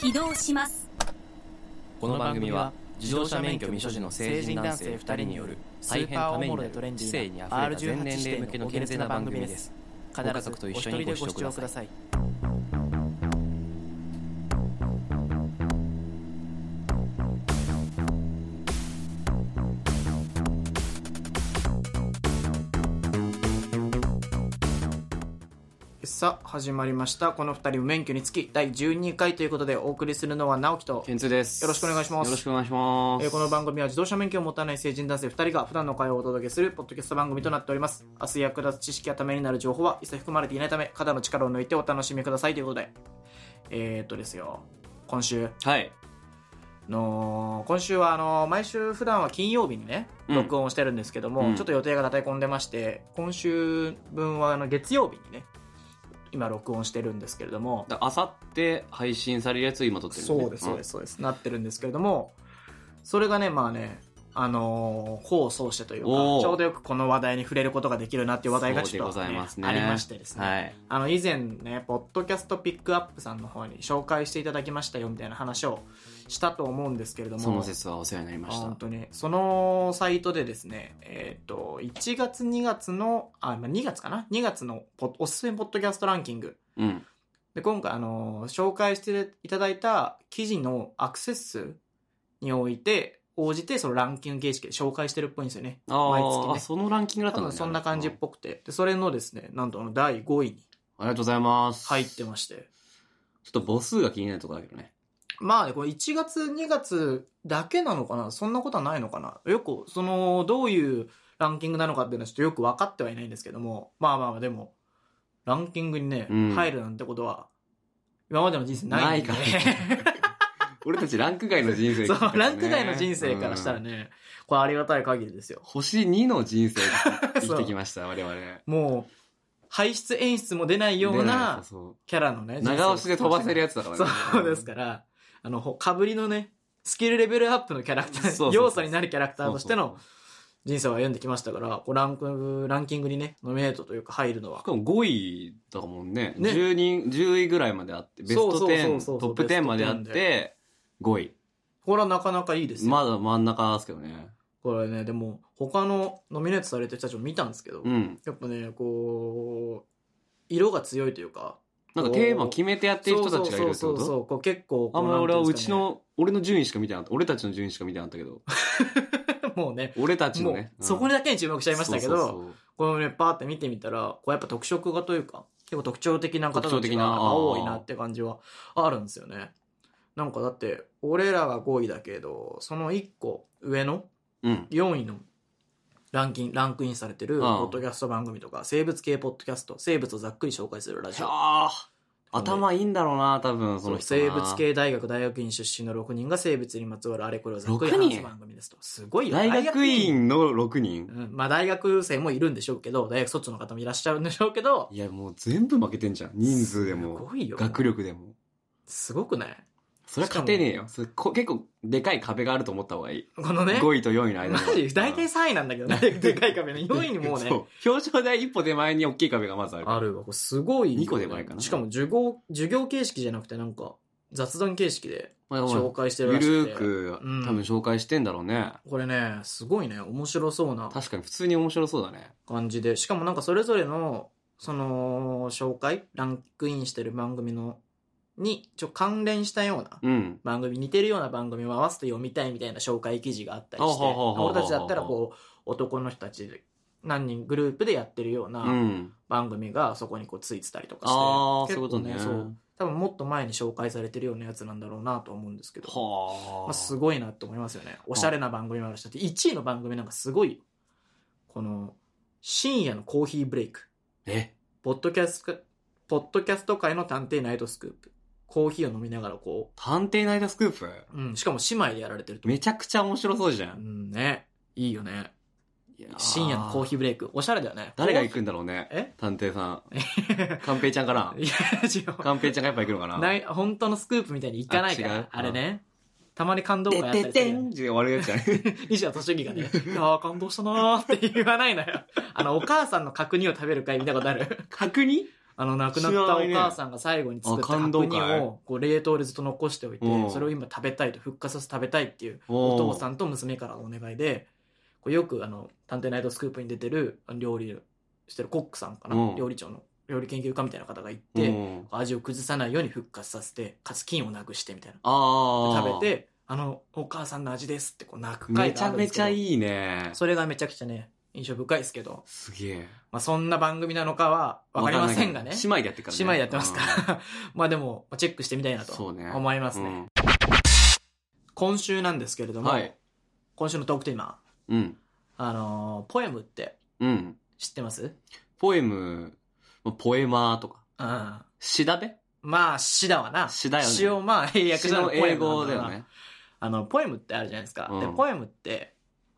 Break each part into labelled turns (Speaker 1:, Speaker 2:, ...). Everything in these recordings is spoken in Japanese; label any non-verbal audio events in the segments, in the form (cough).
Speaker 1: 起動します
Speaker 2: この番組は自動車免許未所持の成人男性2人による大変ためになる知性にあふれた全年齢向けの健全な番組です
Speaker 3: 必ずお一人でご視聴ください
Speaker 4: さあ始まりましたこの二人無免許につき第12回ということでお送りするのは直樹と
Speaker 5: ケンツーです。
Speaker 4: よろしくお願いします
Speaker 5: よろしくお願いします。
Speaker 4: えーこの番組は自動車免許を持たない成人男性2人が普段の会話をお届けするポッドキャスト番組となっております明日役立つ知識やためになる情報は一切含まれていないため肩の力を抜いてお楽しみくださいということでえー、っとですよ今週
Speaker 5: はい。
Speaker 4: の今週はあの毎週普段は金曜日にね
Speaker 5: うん
Speaker 4: 録音をしてるんですけども、
Speaker 5: うん
Speaker 4: ちょっと予定が立て込んでまして今週分はあの月曜日にね今録音してるんですけれども
Speaker 5: あさって配信されるやつを今撮ってる、ね。
Speaker 4: そうですそうですそうです、なってるんですけれどもそれがねまあねあのー功を奏してというかち
Speaker 5: おー
Speaker 4: ょうどよくこの話題に触れることができるなっていう話題がちょっと
Speaker 5: そうでござ
Speaker 4: ね、
Speaker 5: いますね
Speaker 4: ありましてです
Speaker 5: うん。
Speaker 4: ね、
Speaker 5: はい。
Speaker 4: あの以前ねポッドキャストピックアップさんの方に紹介していただきましたよみたいな話をしたと思うんですけれども
Speaker 5: その説はお世話になりまし
Speaker 4: 本
Speaker 5: た。
Speaker 4: 当にそのサイトでですねえっ、と1月2月のあまあ2月かな2月のポッおすすめポッドキャストランキング
Speaker 5: うん。
Speaker 4: で、今回、あのー紹介していただいた記事のアクセス数において、応じてそのランキング形式で紹介してるっぽいんですよね。
Speaker 5: あー
Speaker 4: 毎月ね
Speaker 5: あ、そのランキングだっ
Speaker 4: 多
Speaker 5: たんだ、
Speaker 4: 分
Speaker 5: ね。
Speaker 4: そんな感じっぽくて。で、それのですね、なんとあの第5位に
Speaker 5: ありがとうございます。
Speaker 4: 入って
Speaker 5: ちょ
Speaker 4: まして。
Speaker 5: っと母数が気になるところだけどね。
Speaker 4: まあね、これ1月2月だけなのかなそんなことはないのかなよく、その、どういうランキングなのかっていうのはちょっとよく分かってはいないんですけども、まあまあまあでも、ランキングにね、
Speaker 5: うん
Speaker 4: 入るなんてことは、今までの人生ないんで、ね。
Speaker 5: ないからね
Speaker 4: (laughs)
Speaker 5: 俺たちランク外の人生、
Speaker 4: そう、ランク外の人生からしたら
Speaker 5: うん
Speaker 4: ね、これありがたい限りですよ。
Speaker 5: 星2の人生生
Speaker 4: そう
Speaker 5: きてきま
Speaker 4: (laughs)
Speaker 5: した、我々。
Speaker 4: もう、排出演出も出ないような
Speaker 5: でそう
Speaker 4: キャラのね、
Speaker 5: 長押しで飛ばせるやつだから
Speaker 4: 人生をそうですから、あの、ほかぶりのね、スキルレベルアップのキャラクター、
Speaker 5: そうそうそう
Speaker 4: 要素になるキャラクターとしての人生を歩んできましたから、こうランク、ランキングにね、ノミネートというか入るのは
Speaker 5: し、かも5位だもんね
Speaker 4: ね
Speaker 5: 10人10位ぐらいまであってベス
Speaker 4: そう
Speaker 5: ト
Speaker 4: そうそうそう
Speaker 5: 10
Speaker 4: そう
Speaker 5: トップ10まであっ
Speaker 4: ベス
Speaker 5: て5位
Speaker 4: これはなかなかいいですよ。
Speaker 5: まだ真ん中ですけどね
Speaker 4: これね、でも、他のノミネートされてる人たちも見たんですけど、
Speaker 5: うん
Speaker 4: やっぱね、こう、色が強いというか、
Speaker 5: なんかテーマ決めてやってる人たちがいるって
Speaker 4: そうそう
Speaker 5: こ
Speaker 4: そうそ
Speaker 5: と
Speaker 4: うこう結構こ
Speaker 5: あんまり俺はうち、
Speaker 4: なん
Speaker 5: の俺の順位しか見てなかった俺たちの順位しか見てなかったけど
Speaker 4: ていうんですかね (laughs) もうね
Speaker 5: 俺たちの
Speaker 4: も
Speaker 5: ね
Speaker 4: うそこに
Speaker 5: に
Speaker 4: だけに注目しちゃいましたけど
Speaker 5: そう
Speaker 4: このねパーって見てみたらこうやっぱ特色がというか結構特徴的な方た
Speaker 5: 特徴
Speaker 4: ち
Speaker 5: 的
Speaker 4: が
Speaker 5: なあー
Speaker 4: 多いなって感じはあるんですよねなんかだって俺らが5位だけどその1個上の
Speaker 5: うん
Speaker 4: 4位のランキンランクインされてる
Speaker 5: ん
Speaker 4: ポッドキャスト番組とか生物系ポッドキャスト生物をざっくり紹介するラジオ
Speaker 5: あー頭いいんだろうな多分そ
Speaker 4: そ
Speaker 5: の
Speaker 4: う
Speaker 5: 人な
Speaker 4: 生物系大学大学院出身の6人が生物にまつわるあれこれをざっくり
Speaker 5: 6人
Speaker 4: 話す番組ですとすごいよ
Speaker 5: 大学院の6人
Speaker 4: うんまあ大学生もいるんでしょうけど、大学卒の方もいらっしゃるんでしょうけど、
Speaker 5: いやもう全部負けてんじゃん人数でも
Speaker 4: すごいよ。
Speaker 5: 学。力でも
Speaker 4: すごくない
Speaker 5: それは勝てねえよそれこ結構でかい壁があると思った方がいい
Speaker 4: このね、
Speaker 5: 5位と4位の間
Speaker 4: マジ (laughs) 大体
Speaker 5: そ
Speaker 4: 3位なん
Speaker 5: (laughs)
Speaker 4: だけどね、でかい壁の4位にもうね、
Speaker 5: う表彰台一歩手前に大きい壁がまずある
Speaker 4: あるわ。これすごいよね。
Speaker 5: 二個でもないかな
Speaker 4: しかも授業、授業形式じゃなくてなんか、雑談形式で
Speaker 5: まあまあ
Speaker 4: 紹介してる
Speaker 5: ゆ
Speaker 4: らし
Speaker 5: る
Speaker 4: く
Speaker 5: ー
Speaker 4: て。
Speaker 5: く
Speaker 4: うん
Speaker 5: 多分紹介してんだろうね、
Speaker 4: これね、すごいね、面白そうな
Speaker 5: 確かに普通に面白そうだね
Speaker 4: 感じで、しかもなんかそれぞれの、その、紹介、ランクインしてる番組の、に、ちょ、関連したような、
Speaker 5: うん
Speaker 4: 番組似てるような番組を合わせて読みたいみたいな紹介記事があったりして
Speaker 5: ほうほうほうほう
Speaker 4: 俺たちだったらこう男の人たち何人グループでやってるよう
Speaker 5: う
Speaker 4: なん番組がそこにこうついてたりとかし
Speaker 5: あ
Speaker 4: て、
Speaker 5: あそう
Speaker 4: 結
Speaker 5: いうこ
Speaker 4: 構
Speaker 5: とね
Speaker 4: そう多分もっと前に紹介されてるようなやつなんだろうなと思うんですけど、
Speaker 5: は
Speaker 4: まあ、す
Speaker 5: あ
Speaker 4: ごいなって思いますよねおしゃれな番組もあるしだって1位の番組なんかすごいよこの深夜のコーヒーブレイク
Speaker 5: え
Speaker 4: ポッドキャストポッドキャスト界の探偵ナイトスクープコーヒーを飲みながらこ
Speaker 5: 探偵ナイトスクープ
Speaker 4: う、うん、しかも姉妹でやられてると思う
Speaker 5: めちゃくちゃ面白そうじゃ、
Speaker 4: うんんね。いいよね。
Speaker 5: いやー
Speaker 4: 深夜のコーヒーブレイク。おしゃれだよね。
Speaker 5: 誰が行くんだろうね
Speaker 4: え
Speaker 5: 探偵さん寛平ちゃんかない
Speaker 4: や、違
Speaker 5: 寛平ちゃんがやっぱ行くのか
Speaker 4: う。
Speaker 5: な
Speaker 4: ない、本当のスクープみたいにいかないか
Speaker 5: あ違
Speaker 4: ら
Speaker 5: う、
Speaker 4: あれね。たまに感動会やったり
Speaker 5: て
Speaker 4: す
Speaker 5: て
Speaker 4: る
Speaker 5: て
Speaker 4: よね
Speaker 5: んって終わるやつじゃん
Speaker 4: (laughs) 西田敏行がね、いやー感
Speaker 5: (laughs)
Speaker 4: 動したなーって言わないのよ。あの、お母さんの角煮を食べる会見たことある
Speaker 5: (laughs) 角煮
Speaker 4: あの、亡くなったお母さんが最後に作った
Speaker 5: 知らないね
Speaker 4: 白
Speaker 5: あ感
Speaker 4: 乳
Speaker 5: 動
Speaker 4: を、こう、冷凍でずっと残しておいて
Speaker 5: う、ん
Speaker 4: それを今食べたいと、復活させて食べたいっていう、
Speaker 5: お
Speaker 4: お父さ
Speaker 5: ん。
Speaker 4: んと娘からのお願いで、こうよく、あの、探偵ナイトスクープに出てる、あの料理してるコックさんか
Speaker 5: う
Speaker 4: な、
Speaker 5: ん
Speaker 4: 料理長の、料理研究家みたいな方がいうて、
Speaker 5: ん
Speaker 4: 味を崩さないように復活させて、かつ菌をなくしてみたいな。
Speaker 5: ああ。
Speaker 4: 食べて、あの、お母さんの味ですって、こう、泣く
Speaker 5: め
Speaker 4: 回
Speaker 5: ち
Speaker 4: が
Speaker 5: ゃ
Speaker 4: あるんで
Speaker 5: め
Speaker 4: すけ
Speaker 5: ち
Speaker 4: ど
Speaker 5: ゃいいね。
Speaker 4: それがめちゃくちゃね、印象深いですけど、
Speaker 5: すげえ。
Speaker 4: まあ、そんな番組なのかは分かりませんがね。
Speaker 5: わかないけど姉妹でやってるからね。
Speaker 4: 姉妹やってますか
Speaker 5: うん
Speaker 4: ら。 (laughs) まあでも、チェックしてみたいなと
Speaker 5: (laughs) そうね。
Speaker 4: 思いますね。今週なんですけれ
Speaker 5: う
Speaker 4: ど
Speaker 5: ん
Speaker 4: も、
Speaker 5: はい。
Speaker 4: 今週のトークテーマ、
Speaker 5: うん。
Speaker 4: あのーポエムって
Speaker 5: うん。
Speaker 4: 知ってます
Speaker 5: ポエム、まあポエマーとか。
Speaker 4: うん。ま
Speaker 5: 詩だべ
Speaker 4: あ、詩だわな。
Speaker 5: 詩だよね
Speaker 4: 詩をまあ、英
Speaker 5: 詩
Speaker 4: 訳したら
Speaker 5: の
Speaker 4: ポエ
Speaker 5: 英
Speaker 4: ムな
Speaker 5: 語
Speaker 4: ん
Speaker 5: だ
Speaker 4: な
Speaker 5: よね。
Speaker 4: あの、ポエムってあるじゃないですか。
Speaker 5: うん
Speaker 4: で、ポエムって、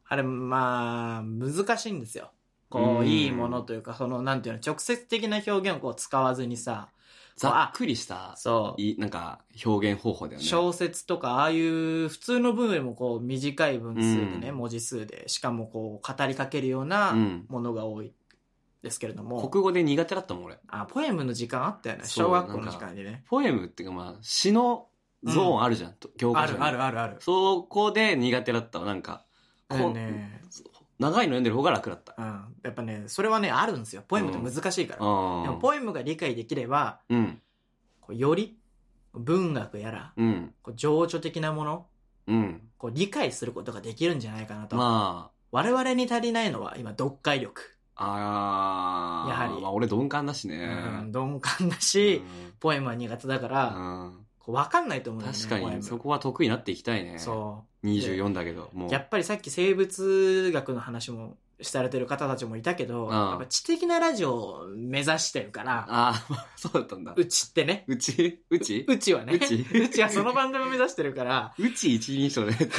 Speaker 4: あれ、まあ、難しいんですよ。こ
Speaker 5: う
Speaker 4: う、
Speaker 5: ん
Speaker 4: いいものというか、その、なんていうの、直接的な表現をこう使わずにさ、
Speaker 5: ざっくりした、
Speaker 4: そう、
Speaker 5: いなんか、表現方法だよね。
Speaker 4: 小説とかああいう普通の文よりもこう短い文数でね、
Speaker 5: うん
Speaker 4: 文字数でしかもこう語りかけるような
Speaker 5: うん。
Speaker 4: ものが多いですけれども、
Speaker 5: 国語で苦手だったもん、俺。
Speaker 4: あポエムの時間あったよね
Speaker 5: そう
Speaker 4: 小学校
Speaker 5: な
Speaker 4: の
Speaker 5: んか
Speaker 4: 時間にね
Speaker 5: ポエムっていうか、まあ、詩のゾーンあるじゃん。と教
Speaker 4: あ
Speaker 5: 科書に
Speaker 4: るあるあるある
Speaker 5: そこで苦手だったわ、なんか。こ
Speaker 4: あれね、
Speaker 5: 長いの読んでる方が楽だった。
Speaker 4: うん、やっぱねそれはねあるんですよポエムって難しいから、でも
Speaker 5: う
Speaker 4: ポエムが理解できれば
Speaker 5: ん。うん。
Speaker 4: こうより文学やら
Speaker 5: うん。
Speaker 4: こう情緒的なもの
Speaker 5: うん。
Speaker 4: こう理解することができるんじゃないかなと、
Speaker 5: ま
Speaker 4: 我々に足りないのは今読解力、
Speaker 5: あ、ああ。
Speaker 4: やはり
Speaker 5: まあ、俺鈍感だしね。
Speaker 4: うん、鈍感だし、
Speaker 5: うん
Speaker 4: ポエムは苦手だから、
Speaker 5: うん
Speaker 4: こう分かんないと思うんだよね
Speaker 5: 確か
Speaker 4: ポエム
Speaker 5: に、そこは得意になっていきたいね。
Speaker 4: そ
Speaker 5: 24だけど、も
Speaker 4: う
Speaker 5: う。
Speaker 4: やっぱりさっき生物学の話もされてる方たちもいたけど、
Speaker 5: うん
Speaker 4: やっぱ知的なラジオを目指してるから
Speaker 5: ああ、 (laughs) そうだったんだ。
Speaker 4: うちってね
Speaker 5: うちうち
Speaker 4: うちはね
Speaker 5: うち
Speaker 4: うちはその番組を目指してるから
Speaker 5: うち一人称でやってる。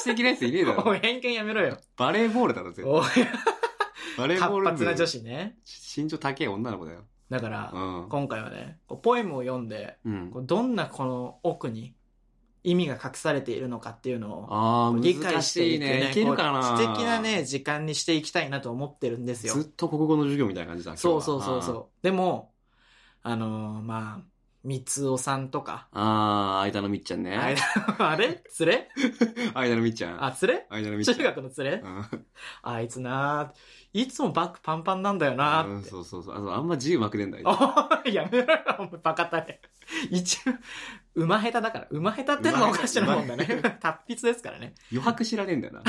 Speaker 5: 知的なやついねえだ
Speaker 4: (laughs) お
Speaker 5: ろ。
Speaker 4: い偏見やめろよ
Speaker 5: バレーボールだろ、絶対。 (laughs)
Speaker 4: おい
Speaker 5: バレーボー
Speaker 4: 活
Speaker 5: ル部
Speaker 4: 発な女。子ね
Speaker 5: 身長高い女の子だよ。
Speaker 4: だから、
Speaker 5: うん。
Speaker 4: 今回はねこうポエムを読んで
Speaker 5: うん
Speaker 4: こ。うどんなこの奥に意味が隠されているのかっていうのを
Speaker 5: ああ、
Speaker 4: 理解
Speaker 5: 難
Speaker 4: して
Speaker 5: し
Speaker 4: い
Speaker 5: い
Speaker 4: く
Speaker 5: ね。いけるかな
Speaker 4: こう知的なね、時間にしていきたいなと思ってるんですよ
Speaker 5: ずっと国語の授業みたいな感じだ
Speaker 4: そうそうそうそうでもあのーまあ三尾さんとか (laughs)
Speaker 5: う。ああ、間のみっちゃんね。
Speaker 4: あれあれ連れ
Speaker 5: 間のみっちゃん。
Speaker 4: あ連
Speaker 5: 間のみ
Speaker 4: れ
Speaker 5: っちゃん。
Speaker 4: 中学の連れ
Speaker 5: うん
Speaker 4: あいつなーいつもバッグパンパンなんだよな
Speaker 5: う
Speaker 4: ーっ
Speaker 5: ん
Speaker 4: て
Speaker 5: そうそうそう。あとあんま自由まくねえんだよ。
Speaker 4: おい (laughs) やめろよお前バカたれ一応馬下手だから馬下手ってのがおかしなもんだね
Speaker 5: 馬
Speaker 4: (laughs) 達筆ですからね
Speaker 5: 余白知らねえんだよな。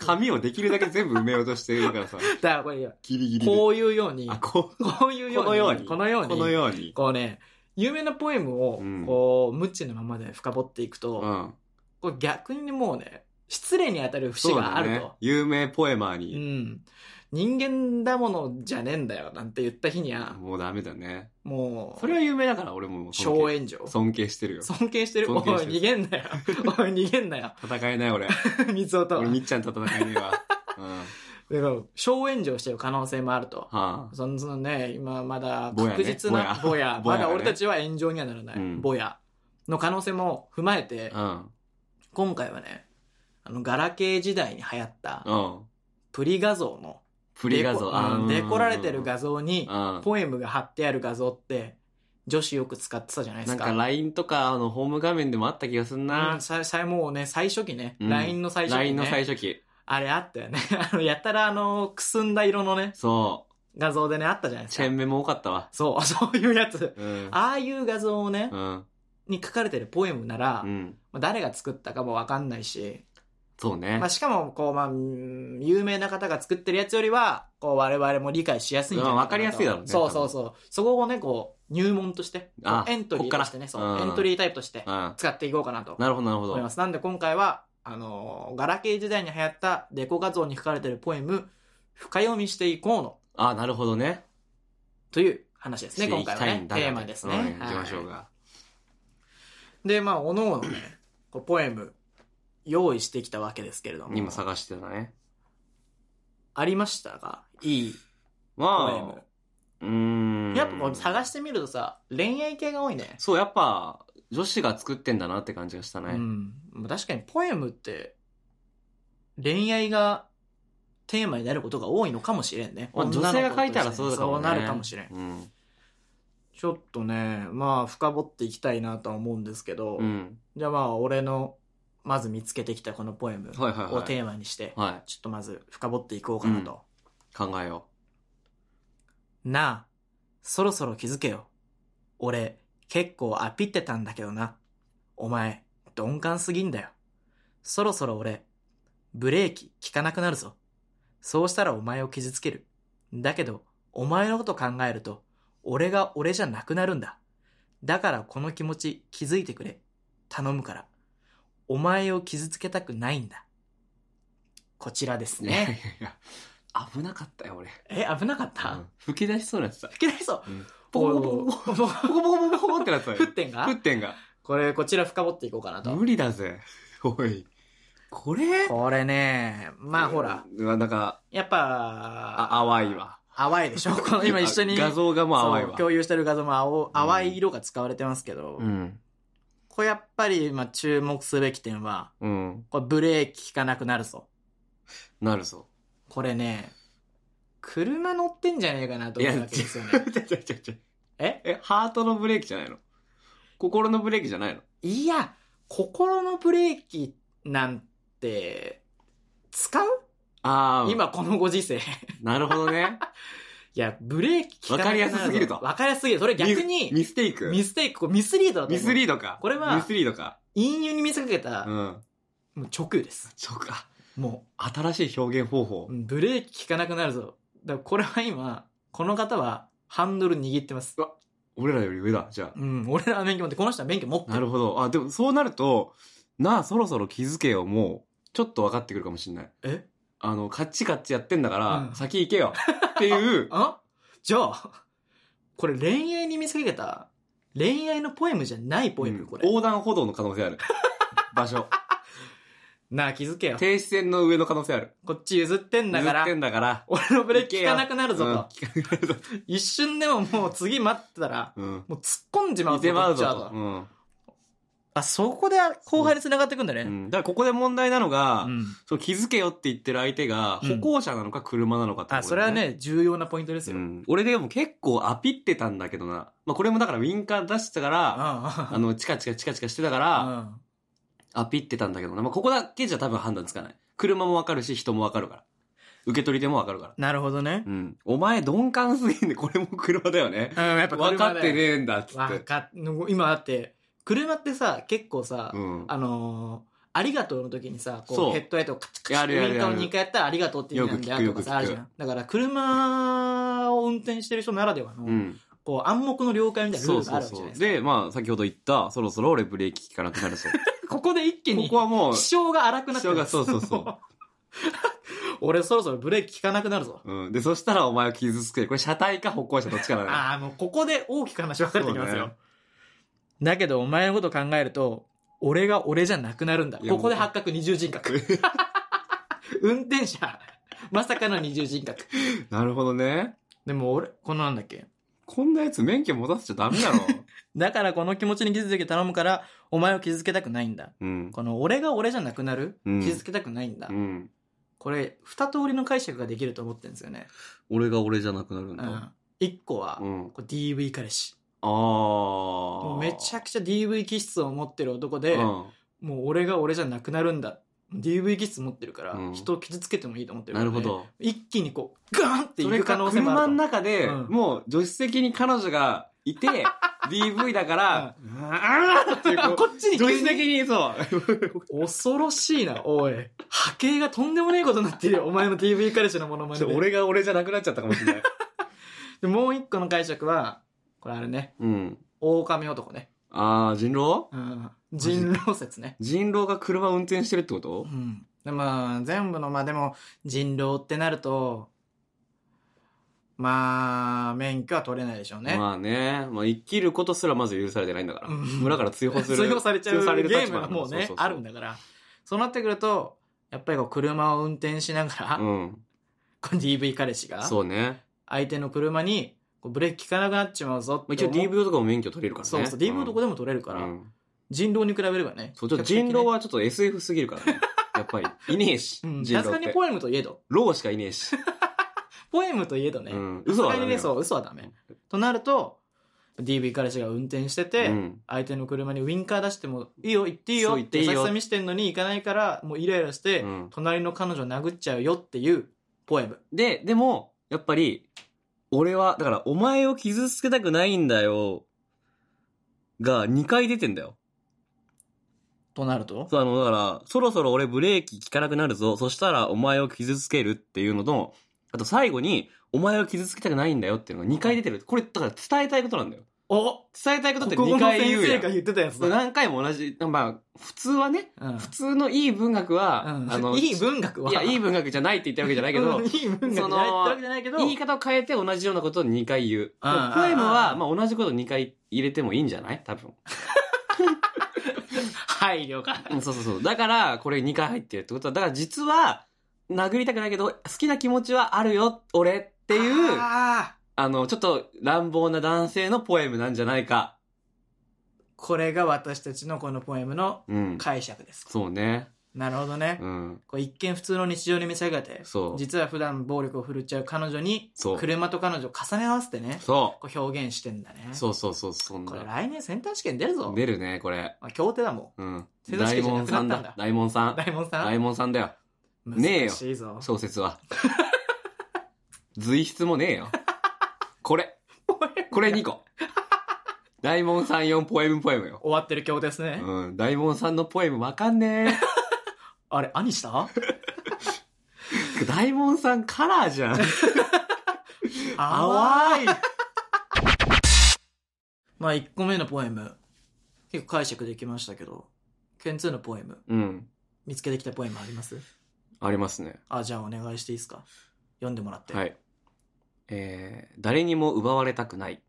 Speaker 5: 紙をできるだけ全部埋めようとしてるから
Speaker 4: (laughs)
Speaker 5: さ、
Speaker 4: だからこれ
Speaker 5: ギリギリで。
Speaker 4: こういうように
Speaker 5: あ、こう。
Speaker 4: こういうように
Speaker 5: このように
Speaker 4: このように
Speaker 5: このように。
Speaker 4: こうね有名なポエムを
Speaker 5: うん
Speaker 4: こう、無知のままで深掘っていくと、
Speaker 5: うん。
Speaker 4: これ逆にもうね、失礼に当たる節
Speaker 5: そう
Speaker 4: が
Speaker 5: だ
Speaker 4: ある
Speaker 5: ね
Speaker 4: と。。
Speaker 5: 有名ポエマー
Speaker 4: う
Speaker 5: に。
Speaker 4: ん。人間だものじゃねえんだよ、なんて言った日には、
Speaker 5: もうダメだね。
Speaker 4: もう、
Speaker 5: それは有名だから俺も
Speaker 4: 小
Speaker 5: 尊敬
Speaker 4: 炎上。
Speaker 5: 尊敬してるよ。
Speaker 4: 尊敬してる。おい、
Speaker 5: 尊敬してる
Speaker 4: 逃げん
Speaker 5: (laughs)
Speaker 4: なよ。おい、逃げんなよ。
Speaker 5: 戦えない俺。
Speaker 4: 三つとは。
Speaker 5: 俺
Speaker 4: だ
Speaker 5: みっちゃんと戦えねえわ。うん。は
Speaker 4: から、小炎上してる可能性もあると。
Speaker 5: あ。
Speaker 4: そのそのね、今まだ
Speaker 5: ぼやね
Speaker 4: 確実な
Speaker 5: ぼ
Speaker 4: ぼ
Speaker 5: や
Speaker 4: や。
Speaker 5: (laughs) ぼ
Speaker 4: ま
Speaker 5: やね
Speaker 4: だ俺たちは炎上にはならな
Speaker 5: う
Speaker 4: い。
Speaker 5: ん
Speaker 4: ぼや。の可能性も踏まえて
Speaker 5: う、ん。
Speaker 4: 今回はね、あの、ガラケー時代に流行った、
Speaker 5: うん。
Speaker 4: プリ画像の、
Speaker 5: プリ画像。
Speaker 4: うん
Speaker 5: あ
Speaker 4: デコられてる画像に、
Speaker 5: 像
Speaker 4: ポエムが貼ってある画像って、女子よく使ってたじゃないで
Speaker 5: な
Speaker 4: す
Speaker 5: ん
Speaker 4: か。
Speaker 5: か LINE とかあのホーム画面でもあった気がすん
Speaker 4: う、。
Speaker 5: なん
Speaker 4: ささもうね、最初期ね、
Speaker 5: うん
Speaker 4: LINE の最初期、ね。
Speaker 5: LINE の最初期。
Speaker 4: あれあったよね。 (laughs) あの、やたらあの、くすんだ色のね、
Speaker 5: そ。
Speaker 4: 画像でね、あったじゃないうです
Speaker 5: チェー
Speaker 4: か。
Speaker 5: ンメも多かったわ。
Speaker 4: そう、そう (laughs) いうやつ。
Speaker 5: うん。
Speaker 4: ああいう画像をね、
Speaker 5: うん。
Speaker 4: に書かれてるポエムなら、
Speaker 5: う
Speaker 4: ま
Speaker 5: ん。
Speaker 4: あ誰が作ったかもわかんないし、
Speaker 5: そうね
Speaker 4: まあ、。しかも、こう、まあ、うん有名な方が作ってるやつよりは、こう、我々も理解しやすいんじゃな
Speaker 5: う
Speaker 4: いなと
Speaker 5: んわかりやすいだろうね
Speaker 4: そうそうそう。そこをね、こう、入門として、
Speaker 5: あ
Speaker 4: エントリーとしてね、
Speaker 5: こ
Speaker 4: そ
Speaker 5: っから
Speaker 4: う、
Speaker 5: う
Speaker 4: エ
Speaker 5: ん
Speaker 4: ントリータイプとして
Speaker 5: うん。な
Speaker 4: 使っていこうかなと
Speaker 5: るほど、なるほ
Speaker 4: 思いま
Speaker 5: ど。
Speaker 4: す。なんで今回は、あのーガラケー時代に流行ったデコ画像に書かれてるポエム、深読みしていこうの、
Speaker 5: あ、なるほどね。
Speaker 4: という話ですね、
Speaker 5: して
Speaker 4: 今
Speaker 5: いき
Speaker 4: 回
Speaker 5: た
Speaker 4: はいね
Speaker 5: ん。だ
Speaker 4: テーマですね。
Speaker 5: うん行
Speaker 4: はい
Speaker 5: きましょうが。
Speaker 4: で、まあ、おのおのね、こうポエム、用意してきたわけですけれども。
Speaker 5: 今探してたね。
Speaker 4: ありましたが、いいポエ
Speaker 5: ま
Speaker 4: ム
Speaker 5: あ。、うーん。
Speaker 4: やっぱこう探
Speaker 5: し
Speaker 4: してみるとさ、恋愛系が多いね。
Speaker 5: そう、やっぱ、女子が作ってんだなって感じがした
Speaker 4: う
Speaker 5: ね。
Speaker 4: ん。確かにポエムって、恋愛がテーマになることが多いのかもしれんね。
Speaker 5: まあ女性が書いたらそうだかもね
Speaker 4: そうなるかもしれん。
Speaker 5: うん。
Speaker 4: ちょっとね、まあ、深掘っていきたいなとは思うんですけど、
Speaker 5: うん。
Speaker 4: じゃあまあ、俺の、まず見つけてきたこのポエム
Speaker 5: はいはいはい
Speaker 4: をテーマにして、
Speaker 5: は
Speaker 4: ちょっとまず深掘っていこうかなと。
Speaker 5: い。考えよ
Speaker 4: なあ、そろそろ気づけよ。俺、結構アピってたんだけどな。お前、鈍感すぎんだよ。そろそろ俺、ブレーキ効かなくなるぞ。そうしたらお前を傷つける。だけど、お前のこと考えると、俺が俺じゃなくなるんだ。だからこの気持ち気づいてくれ。頼むから。お前を傷つけたくないんだ。こちらです
Speaker 5: う。いやいや
Speaker 4: ね
Speaker 5: い。や。危なかったよ、俺。
Speaker 4: え、危なかった、
Speaker 5: うん吹き出しそうになってた。
Speaker 4: 吹き出しそう。
Speaker 5: うん
Speaker 4: ポコポコポコポ
Speaker 5: ポコポ
Speaker 4: コ
Speaker 5: コポコポコってなってたよ。
Speaker 4: 沸点が
Speaker 5: 沸点が。
Speaker 4: これ、こちら深掘っていこうかなと。
Speaker 5: 無理だぜ。おい。これ
Speaker 4: これね、まあほら、。
Speaker 5: うわなんか、
Speaker 4: やっぱ、
Speaker 5: あ、淡いわ。
Speaker 4: 淡いでしょ
Speaker 5: (laughs)
Speaker 4: この今一緒に
Speaker 5: あ画像がもう淡い
Speaker 4: そう
Speaker 5: わ。
Speaker 4: 共有してる画像も青淡い色が使われてますけど、
Speaker 5: うん。
Speaker 4: これやっぱり、まあ注目すべき点は、
Speaker 5: うん。
Speaker 4: これブレーキ効かなくなるぞ。
Speaker 5: なるぞ。
Speaker 4: これね、車乗ってんじゃねえかなと思うわけですよね。
Speaker 5: ちょちょちょちょ
Speaker 4: え
Speaker 5: え、ハートのブレーキじゃないの心のブレーキじゃないの
Speaker 4: いや、心のブレーキなんて、使う、
Speaker 5: ああ。。
Speaker 4: 今このご時世。
Speaker 5: なるほど (laughs) ね。
Speaker 4: いや、ブレーキ効かなくなるぞ
Speaker 5: わかりやすすぎると
Speaker 4: わかりやすすぎる。それ逆
Speaker 5: ミス
Speaker 4: に、
Speaker 5: ミステイク
Speaker 4: ミステイク、これミスリードだと思
Speaker 5: ミ
Speaker 4: う。
Speaker 5: スリードか。
Speaker 4: これは
Speaker 5: ミスリードか。
Speaker 4: 陰湯に見せかけた、
Speaker 5: うん。
Speaker 4: もう直球です。
Speaker 5: そうか。
Speaker 4: も
Speaker 5: 新しい表現方法
Speaker 4: う、う。んブレーキ効かなくなるぞ。だからこれは今、この方はハンドル握ってます。
Speaker 5: 俺らより上だ、じゃあ。
Speaker 4: うん、俺らは免許持って、この人は免許持って
Speaker 5: な
Speaker 4: る。
Speaker 5: るほど。あ、でもそうなると、なあ、そろそろ気づけよ、もう、ちょっと分かってくるかもしれない。
Speaker 4: え
Speaker 5: あの、カッチカッチやってんだから、
Speaker 4: うん
Speaker 5: 先行けよって (laughs) いう、
Speaker 4: あじゃあ、これ恋愛に見せかけた、恋愛のポエムじゃないポエ
Speaker 5: う
Speaker 4: ム、
Speaker 5: ん
Speaker 4: これ。
Speaker 5: 横断歩道の可能性あ (laughs) る。場所。
Speaker 4: なあ、気づけよ。
Speaker 5: 停止線の上の可能性ある。
Speaker 4: こっち譲ってんだ
Speaker 5: 譲
Speaker 4: か
Speaker 5: っ
Speaker 4: ら
Speaker 5: て、んだから。
Speaker 4: 俺のブレーキ効かなくなるぞ
Speaker 5: うん
Speaker 4: と。
Speaker 5: 聞かれるぞ
Speaker 4: 一瞬でももう次待ってたら、
Speaker 5: うん。
Speaker 4: もう突っ込んじまう
Speaker 5: 見てまうぞ
Speaker 4: こっち
Speaker 5: と
Speaker 4: は。
Speaker 5: うん
Speaker 4: あ、そこで後輩に繋がってくんだね。
Speaker 5: う
Speaker 4: うん
Speaker 5: ん。だからここで問題なのが、
Speaker 4: うん
Speaker 5: そう気づけよって言ってる相手が、
Speaker 4: うん
Speaker 5: 歩行者なのか車なのかってことだよ
Speaker 4: あ、それはね、重要なポイントです
Speaker 5: う
Speaker 4: よ。うん、
Speaker 5: ん、俺でも結構アピってたんだけどな。まあ、これもだからウィンカー出してたから、あ
Speaker 4: あ
Speaker 5: の、チカチカチカチカしてたから、
Speaker 4: あ、
Speaker 5: アピってたんだけどな。まあ、ここだけじゃ多分判断つかない。車もわかるし、人もわかるから。受け取り手もわかるから。
Speaker 4: なるほどね
Speaker 5: う。ん。お前鈍感すぎんで、これも車だよね (laughs)
Speaker 4: う。ん、やっぱ
Speaker 5: 分
Speaker 4: 車
Speaker 5: か
Speaker 4: だよ
Speaker 5: ってねえんだ、つっ
Speaker 4: わ
Speaker 5: て。
Speaker 4: かっ今だって、車ってさ、結構さ、
Speaker 5: うん。
Speaker 4: あのー、ありがとうの時にさ、こ
Speaker 5: そうう
Speaker 4: ヘッドライトをカチカ
Speaker 5: や
Speaker 4: チ
Speaker 5: るや
Speaker 4: ウ
Speaker 5: る
Speaker 4: インカーを2回やったらありがとうって意味なんだよ
Speaker 5: よ
Speaker 4: と
Speaker 5: く
Speaker 4: か
Speaker 5: 聞く
Speaker 4: さ、あるじゃ
Speaker 5: よ
Speaker 4: ん。だから車を運転してる人ならではの、
Speaker 5: うん。
Speaker 4: こう暗黙の了解みたいなル
Speaker 5: そ
Speaker 4: ー
Speaker 5: う
Speaker 4: ルが
Speaker 5: そ
Speaker 4: あ
Speaker 5: う
Speaker 4: るわけじゃ
Speaker 5: そ。
Speaker 4: ないうですか。
Speaker 5: で、まあ、先ほど言った、そろそろ俺ブレーキ効かなくなるぞ。
Speaker 4: ここで一気に
Speaker 5: ここはもう、
Speaker 4: 気性が荒くなって
Speaker 5: 気性がそうそうそう。
Speaker 4: (laughs) 俺そろそろブレーキ効かなくなるぞ。
Speaker 5: (laughs) うん。で、そしたらお前を傷つける。これ車体か歩行者どっちかだね。
Speaker 4: ああ、もうここで大きく話分かれてきます
Speaker 5: そ
Speaker 4: よ。
Speaker 5: うね
Speaker 4: だけどお前のこと考えると、俺が俺じゃなくなるんだ。
Speaker 5: いや
Speaker 4: ここで発覚二重人格。運転者。まさかの二重人格。
Speaker 5: なるほどね。
Speaker 4: でも俺、このなんだっけ。
Speaker 5: こんなやつ免許持たせちゃダメだ (laughs) ろ。
Speaker 4: だからこの気持ちに気づいて頼むから、お前を傷つけたくないんだ。
Speaker 5: うん。
Speaker 4: この俺が俺じゃなくなる、
Speaker 5: うん
Speaker 4: 傷つけたくないんだ。
Speaker 5: うん。
Speaker 4: これ、二通りの解釈ができると思ってるんですよね。
Speaker 5: 俺が俺じゃなくなるん
Speaker 4: う
Speaker 5: だ。
Speaker 4: ん。一個は、
Speaker 5: うん。
Speaker 4: こう DV 彼氏。
Speaker 5: あ
Speaker 4: も
Speaker 5: ー。
Speaker 4: うめちゃ
Speaker 5: く
Speaker 4: くちゃ DV 気質を持ってる男で、
Speaker 5: うん。
Speaker 4: もう俺が俺じゃなくなるんだ。DV 気質持ってるから、
Speaker 5: うん
Speaker 4: 人を傷つけてもいいと思ってるか
Speaker 5: な
Speaker 4: ら
Speaker 5: るほ
Speaker 4: ね、
Speaker 5: ど。
Speaker 4: 一気にこう、ガーンってい
Speaker 5: それ
Speaker 4: く可
Speaker 5: か
Speaker 4: 能性もあ
Speaker 5: 車の
Speaker 4: ると。
Speaker 5: 中で、
Speaker 4: うん
Speaker 5: もう助手席に彼女がい (laughs) て、DV だから、あーっていう
Speaker 4: あ
Speaker 5: こ
Speaker 4: こっちに
Speaker 5: う、助
Speaker 4: 急
Speaker 5: 手
Speaker 4: に
Speaker 5: 席にそう。
Speaker 4: 恐ろしいな、おい。波形がとんでもねえことになってるよ、お前の DV 彼氏のモノマネ
Speaker 5: ちょ
Speaker 4: で。
Speaker 5: 俺が俺じゃなくなっちゃったかもしれ (laughs) ない。
Speaker 4: で、もう一個の解釈は、これあれね、
Speaker 5: うん。
Speaker 4: 狼男ね。
Speaker 5: あー、人狼
Speaker 4: うん。人狼説ね。
Speaker 5: 人狼が車運転してるってこと
Speaker 4: うん。でまあ、全部の、まあでも、人狼ってなると、まあ、免許は取れないでしょうね。
Speaker 5: まあね、まあ生きることすらまず許されてないんだから。
Speaker 4: うん
Speaker 5: 村から追放
Speaker 4: (laughs)
Speaker 5: する。
Speaker 4: 通用されちゃう
Speaker 5: 通報される
Speaker 4: ゲー
Speaker 5: 立
Speaker 4: ム
Speaker 5: 場な
Speaker 4: が
Speaker 5: んだ
Speaker 4: もうね
Speaker 5: そそそ
Speaker 4: あるんだからそうなってくるとやっぱりこう車を運転しながら、
Speaker 5: うん。
Speaker 4: こう DV 彼氏が
Speaker 5: そうね。
Speaker 4: 相手の車にこうブレーキ効かなくなっちまうぞっ
Speaker 5: まあ、一
Speaker 4: て
Speaker 5: 応
Speaker 4: 思う
Speaker 5: DV とかも免許取れるからね。
Speaker 4: そうそう DV のとこ
Speaker 5: だ
Speaker 4: でも取れるか、
Speaker 5: からら。うん
Speaker 4: 人狼に比べればね
Speaker 5: そう、ちょっと
Speaker 4: 比較
Speaker 5: 人
Speaker 4: 的ね
Speaker 5: 狼はちょっと SF すぎる
Speaker 4: (laughs)
Speaker 5: からね。やっぱり。いねえし。
Speaker 4: う
Speaker 5: 人
Speaker 4: ん、
Speaker 5: 狼って。
Speaker 4: さすがにポエムといえど
Speaker 5: ローしかいねえし。
Speaker 4: ポエムといえどね、
Speaker 5: うん
Speaker 4: さす
Speaker 5: 嘘は
Speaker 4: が
Speaker 5: ダメ
Speaker 4: に
Speaker 5: よ
Speaker 4: ねそう嘘はダメ、となると DV 彼氏が運転してて、
Speaker 5: うん
Speaker 4: 相手の車にウインカー出しても、いいよ、行っていい
Speaker 5: そ
Speaker 4: よ
Speaker 5: う
Speaker 4: っ
Speaker 5: 行って
Speaker 4: て
Speaker 5: いいよ
Speaker 4: 優しさ見せてんのに行かないから、もうイライラして、
Speaker 5: うん
Speaker 4: 隣の彼女を殴っちゃうよっていうポエム。
Speaker 5: で、でも、やっぱり、俺は、だから、お前を傷つけたくないんだよ、が2回出てんだよ。
Speaker 4: となると
Speaker 5: そう、あの、だから、そろそろ俺ブレーキ効かなくなるぞ。そしたら、お前を傷つけるっていうのと、あと最後に、お前を傷つけたくないんだよっていうのが2回出てる。これ、だから伝えたいことなんだよ。
Speaker 4: お
Speaker 5: 伝えたいことって
Speaker 4: 国語
Speaker 5: 2
Speaker 4: の
Speaker 5: 回
Speaker 4: 先
Speaker 5: 言う
Speaker 4: 生
Speaker 5: や
Speaker 4: が
Speaker 5: ん。
Speaker 4: 言ってたやつだ。
Speaker 5: 何回も同じ、まあ、普通はね、
Speaker 4: うん
Speaker 5: 普通のいい文学は、
Speaker 4: うん
Speaker 5: あの、
Speaker 4: (laughs) いい文学はい
Speaker 5: や、いい文学じゃないって言ってるわけじゃないけど
Speaker 4: うん、 (laughs) いい文学じゃ
Speaker 5: そ
Speaker 4: ないって
Speaker 5: の
Speaker 4: わけじゃないけど、
Speaker 5: 言 (laughs) い方を変えて同じようなことを2回言う。ポエ
Speaker 4: うん
Speaker 5: ム
Speaker 4: う
Speaker 5: は、
Speaker 4: ん
Speaker 5: まあ、同じこと2回入れてもいいんじゃない多分。
Speaker 4: 配慮が。
Speaker 5: うんそうそうそう。だから、これ2回入ってるってことは、だから実は、殴りたくないけど、好きな気持ちはあるよ、俺っていう、あ
Speaker 4: あー
Speaker 5: の、ちょっと乱暴な男性のポエムなんじゃないか。
Speaker 4: これが私たちのこのポエムの
Speaker 5: うん。
Speaker 4: 解釈です。
Speaker 5: そうね。
Speaker 4: なるほどね。
Speaker 5: うん。
Speaker 4: こう一見普通の日常に見せかけて、
Speaker 5: そう
Speaker 4: 実は普段暴力を振るっちゃう彼女に
Speaker 5: そう、
Speaker 4: 車と彼女を重ね合わせてね、
Speaker 5: そ
Speaker 4: こう表現してんだね。
Speaker 5: う。そうそうそう、そん
Speaker 4: これ
Speaker 5: な。
Speaker 4: 来年センター試験出るぞ。
Speaker 5: 出るね、これ。
Speaker 4: まあ、協定だも
Speaker 5: うん。
Speaker 4: 手助
Speaker 5: 大
Speaker 4: けじゃな
Speaker 5: 門
Speaker 4: くな
Speaker 5: さ
Speaker 4: っ
Speaker 5: ん
Speaker 4: たんだ
Speaker 5: だ。大門さ
Speaker 4: ん。
Speaker 5: ん。
Speaker 4: 大門さ
Speaker 5: 大
Speaker 4: ん
Speaker 5: 門さんだよ。ねえ
Speaker 4: 難
Speaker 5: よ
Speaker 4: しいぞ。
Speaker 5: 小説は。 (laughs) 随筆もねえよ。こ
Speaker 4: (laughs)
Speaker 5: れ。これ2個。大門さん4ポエムポエムよ。
Speaker 4: 終わってる協定ですね。
Speaker 5: うん。大門さんのポエムわかんね
Speaker 4: あれ、
Speaker 5: (laughs)
Speaker 4: 兄した
Speaker 5: え。 (laughs) 大門さんカラーじゃん。
Speaker 4: 淡い (laughs) まあ1個目のポエム結構解釈できましたけどケンツーのポエム
Speaker 5: うん。
Speaker 4: 見つけてきたポエムあります
Speaker 5: ありますね。
Speaker 4: あじゃあお願いしていいですか読んでもらって
Speaker 5: はい。えー、誰にも奪われたくない。